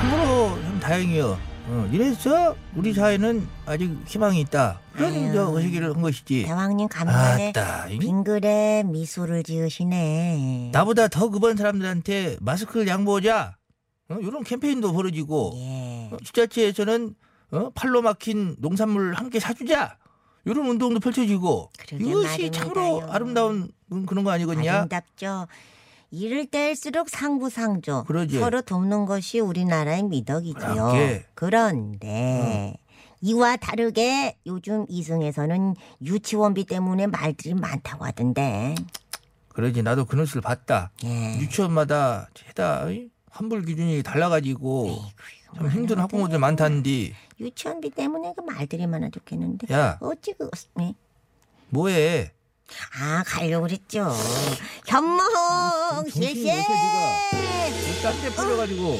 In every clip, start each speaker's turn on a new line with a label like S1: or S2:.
S1: 참으로 좀 다행이요. 어, 이래서 우리 사회는 아직 희망이 있다. 그런
S2: 아유.
S1: 저 의식을 한 것이지.
S2: 대왕님 간만에
S1: 예. 아따, 이
S2: 빙그레 미소를 지으시네.
S1: 나보다 더 급한 사람들한테 마스크를 양보하자. 어, 이런 캠페인도 벌어지고
S2: 예.
S1: 어, 지자체에서는 어, 팔로 막힌 농산물을 함께 사주자. 이런 운동도 펼쳐지고
S2: 그러게
S1: 이것이 참으로
S2: 말입니다요.
S1: 아름다운 그런 거 아니겠냐?
S2: 아름답죠. 이럴 때일수록 상부상조
S1: 그러지.
S2: 서로 돕는 것이 우리나라의 미덕이지요.
S1: 그러게. 어.
S2: 그런데 이와 다르게 요즘 이승에서는 유치원비 때문에 말들이 많다고 하던데.
S1: 그러지 나도 그 뉴스를 봤다.
S2: 예.
S1: 유치원마다 해다 이? 환불 기준이 달라가지고
S2: 아이고, 이거
S1: 참 힘든
S2: 많은데.
S1: 학부모들 많다는데
S2: 유치원비 때문에 그 말들이 많아 죽겠는데.
S1: 야
S2: 어찌 그 네.
S1: 뭐해?
S2: 아 가려고 그랬죠. 현모홍
S1: 정신이
S2: 실세.
S1: 어. 어디서 딴데 뿌려가지고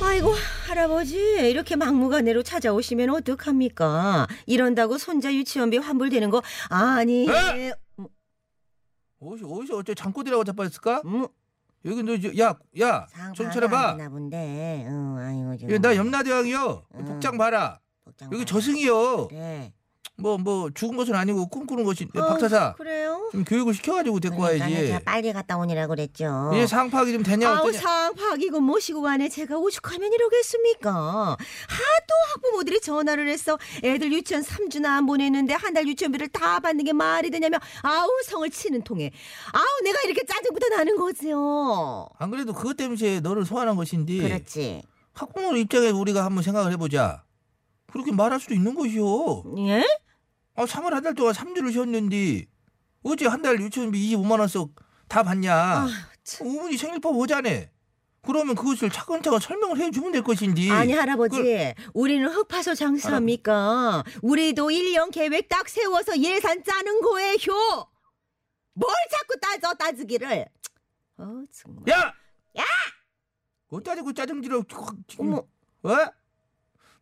S3: 아이고 할아버지 이렇게 막무가내로 찾아오시면 어떡합니까? 이런다고 손자 유치원비 환불되는 거 아니
S1: 에? 어디서 어디서 어째 잠꼬대라고 자빠졌을까?
S2: 음,
S1: 여기 너야야
S2: 상관이
S1: 정찰해 봐.
S2: 안 되나 본데. 응, 아이고 좀.
S1: 나 염라대왕이요.
S2: 음.
S1: 복장 봐라.
S2: 복장
S1: 여기
S2: 봐라.
S1: 저승이요.
S2: 그래.
S1: 뭐 뭐 죽은 것은 아니고 꿈꾸는 것이
S3: 어,
S1: 박사사
S3: 그래요?
S1: 좀 교육을 시켜가지고 데리고
S2: 그러니까
S1: 와야지. 예,
S2: 제가 어. 빨리 갔다 오니라 그랬죠.
S1: 이제 상파악이 좀 되냐
S3: 아우
S1: 어떠냐?
S3: 상박이고 모시고 가네 제가 오죽하면 이러겠습니까? 하도 학부모들이 전화를 해서 애들 유치원 3주나 안 보냈는데 한 달 유치원비를 다 받는 게 말이 되냐며 아우 성을 치는 통에 아우 내가 이렇게 짜증부터 나는 거지요.
S1: 안 그래도 그것 때문에 너를 소환한 것인데
S2: 그렇지.
S1: 학부모 입장에 우리가 한번 생각을 해보자. 그렇게 말할 수도 있는 것이요.
S3: 예?
S1: 아, 3월 한 달 동안 3주를 쉬었는데 어제 한 달 유치원비 25만 원씩 다 받냐?
S3: 아, 참.
S1: 어머니 생일법 오자네. 그러면 그것을 차근차근 설명을 해주면 될 것인지.
S3: 아니 할아버지
S1: 예. 그걸-
S3: 우리는 흙파서 장사합니까 우리도 일년 계획 딱 세워서 예산 짜는 거예요 뭘 자꾸 따져 따지기를 어 정말
S1: 야! 야! 어따지고 그 짜증지러 지금
S3: 어머
S1: 어?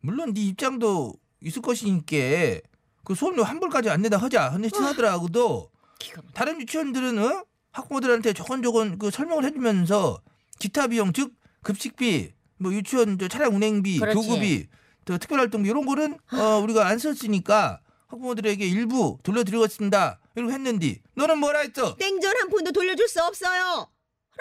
S1: 물론 네 입장도 있을 것이니까 그 수업료 환불까지 안 내다 하자 하는
S3: 어.
S1: 친하더라고도
S3: 기가 막혀
S1: 다른 유치원들은 어? 학부모들한테 조건조건 그 설명을 해주면서 기타 비용 즉 급식비 뭐 유치원 저 차량 운행비
S2: 그렇지.
S1: 교구비 또 특별활동비 이런 거는 어, 우리가 안 썼으니까 학부모들에게 일부 돌려드리겠습니다 이러고 했는데 너는 뭐라 했어
S3: 땡전 한 푼도 돌려줄 수 없어요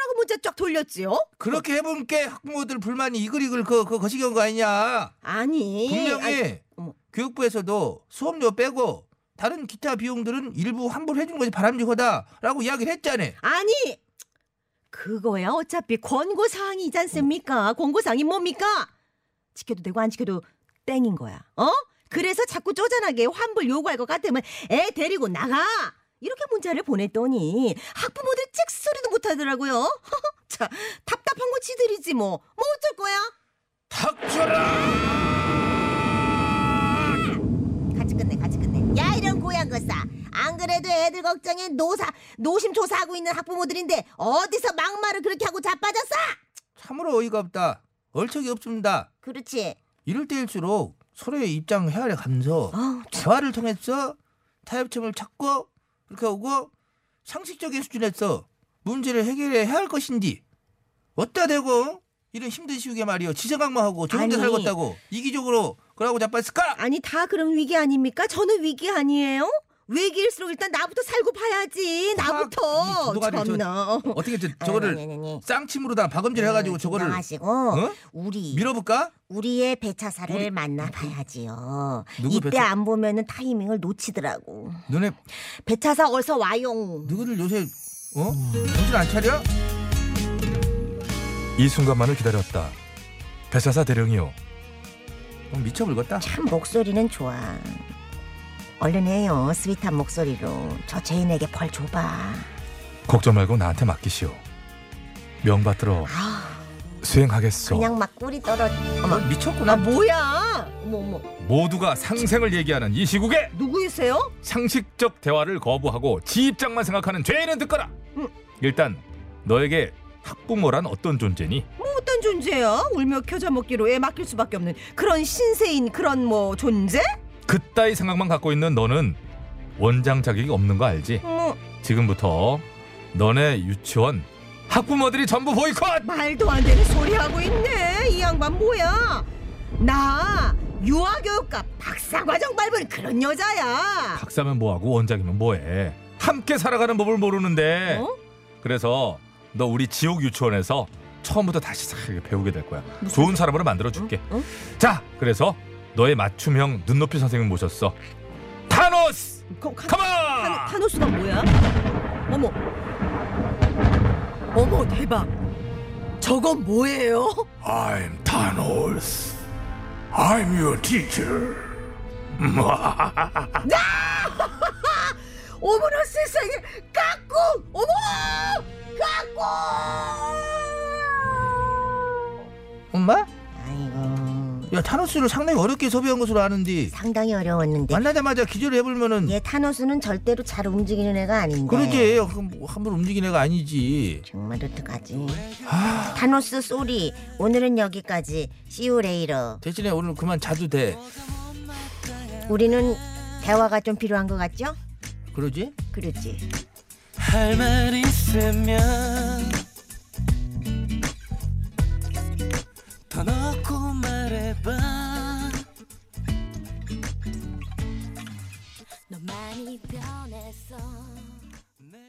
S3: 라고 문자 쫙 돌렸지요
S1: 그렇게 해본 게 학부모들 불만이 이글이글 그, 그 거시기한 거 아니냐
S3: 아니 아니,
S1: 분명히
S3: 어머.
S1: 교육부에서도 수업료 빼고 다른 기타 비용들은 일부 환불해 주는 것이 바람직하다라고 이야기를 했잖아요.
S3: 아니 그거야 어차피 권고사항이지 않습니까 권고사항이 뭡니까 지켜도 되고 안 지켜도 땡인 거야 어 그래서 자꾸 쪼잔하게 환불 요구할 것 같으면 애 데리고 나가 이렇게 문자를 보냈더니 학부모들 찍소리도 못하더라고요 자 답답한 건 지들이지 뭐 뭐 어쩔 거야
S1: 닥쳐라!
S2: 같이 끝내. 같이 끝내.
S3: 야 이런 고향 거사 안 그래도 애들 걱정에 노사 노심초사하고 있는 학부모들인데 어디서 막말을 그렇게 하고 자빠졌어
S1: 참으로 어이가 없다. 얼척이 없습니다.
S2: 그렇지.
S1: 이럴 때일수록 서로의 입장 헤아려 가면서
S3: 아,
S1: 대화를 통해서 타협점을 찾고 이렇게 하고 상식적인 수준에서 문제를 해결해야 할 것인지 어따 대고 이런 힘든 시국에 말이요 지 생각만 하고 좋은데
S3: 아니.
S1: 살겠다고 이기적으로 그러고 자빠졌을까?
S3: 아니 다 그럼 위기 아닙니까? 저는 위기 아니에요. 위기일수록 일단 나부터 살고 봐야지.
S1: 아, 이
S3: 나부터.
S1: 도가니 저-
S3: 참나.
S1: 어떻게 저,
S2: 아유, 아니,
S1: 저거를
S2: 아니, 아니.
S1: 쌍침으로 다 박음질 해가지고
S2: 음,
S1: 저거를
S2: 긴장하시고
S1: 어?
S2: 우리
S1: 밀어볼까?
S2: 우리의 배차사를
S1: 우리-
S2: 만나봐야지요.
S1: 누구
S2: 이때
S1: 배차-
S2: 안 보면은 타이밍을 놓치더라고.
S1: 너네
S2: 배차사 어서 와용.
S1: 너희들 요새 어? 정신 안 차려?
S4: 이 순간만을 기다렸다. 배사사 대령이요.
S1: 어, 미쳐 불겄다.
S2: 참 목소리는 좋아. 얼른 해요 스윗한 목소리로 저 죄인에게 벌 줘봐.
S1: 걱정 말고 나한테 맡기시오. 명받들어
S5: 아,
S1: 수행하겠소.
S5: 그냥 막 꿀이 떨어.
S6: 너
S5: 어머,
S6: 미쳤구나.
S3: 아 뭐야?
S5: 어머, 어머.
S1: 모두가 상생을 얘기하는 이 시국에
S3: 누구이세요?
S1: 상식적 대화를 거부하고 지 입장만 생각하는 죄인은 듣거라.
S3: 음.
S1: 일단 너에게 학부모란 어떤 존재니?
S3: 뭐 어떤 존재야? 울며 켜져 먹기로 애 맡길 수밖에 없는 그런 신세인 그런 뭐 존재?
S1: 그따위 생각만 갖고 있는 너는 원장 자격이 없는 거 알지?
S3: 뭐
S1: 지금부터 너네 유치원 학부모들이 전부 보이콧!
S3: 말도 안 되는 소리 하고 있네. 이 양반 뭐야? 나 유아교육과 박사과정 밟은 그런 여자야.
S1: 박사면 뭐하고 원장이면 뭐해? 함께 살아가는 법을 모르는데
S3: 어?
S1: 그래서 너 우리 지옥 유치원에서 처음부터 다시 살게 배우게 될 거야. 좋은 사람으로 만들어 줄게.
S3: 응?
S1: 자, 그래서 너의 맞춤형 눈높이 선생님 모셨어. 타노스!
S3: 거- 가-
S1: 컴온!
S5: 아.
S3: 타노- 타노스가 뭐야? 어머, 어머 대박! 저건 뭐예요?
S7: I'm Thanos. I'm your teacher.
S3: 어머나 세상에 깍꿍! 어머! 깍꿍!
S6: 엄마?
S5: 아이고,
S6: 야 타노스를 상당히 어렵게 섭외한 것으로
S1: 네.
S6: 아는데
S5: 상당히 어려웠는데.
S6: 만나자마자 기절을 해보면은
S5: 얘 타노스는 절대로 잘 움직이는 애가 아닌데.
S6: 그러지 그럼 뭐 함부로 움직이는 애가 아니지
S5: 정말 어떡하지? 타노스 소리. 오늘은 여기까지. See you later.
S6: 대신에 오늘 그만 자도 돼
S5: 우리는 대화가 좀 필요한 것 같죠?
S6: 그러지?
S5: 그렇지.
S8: 할 말 있으면 더 넣고 말해봐
S5: 너 많이 변했어.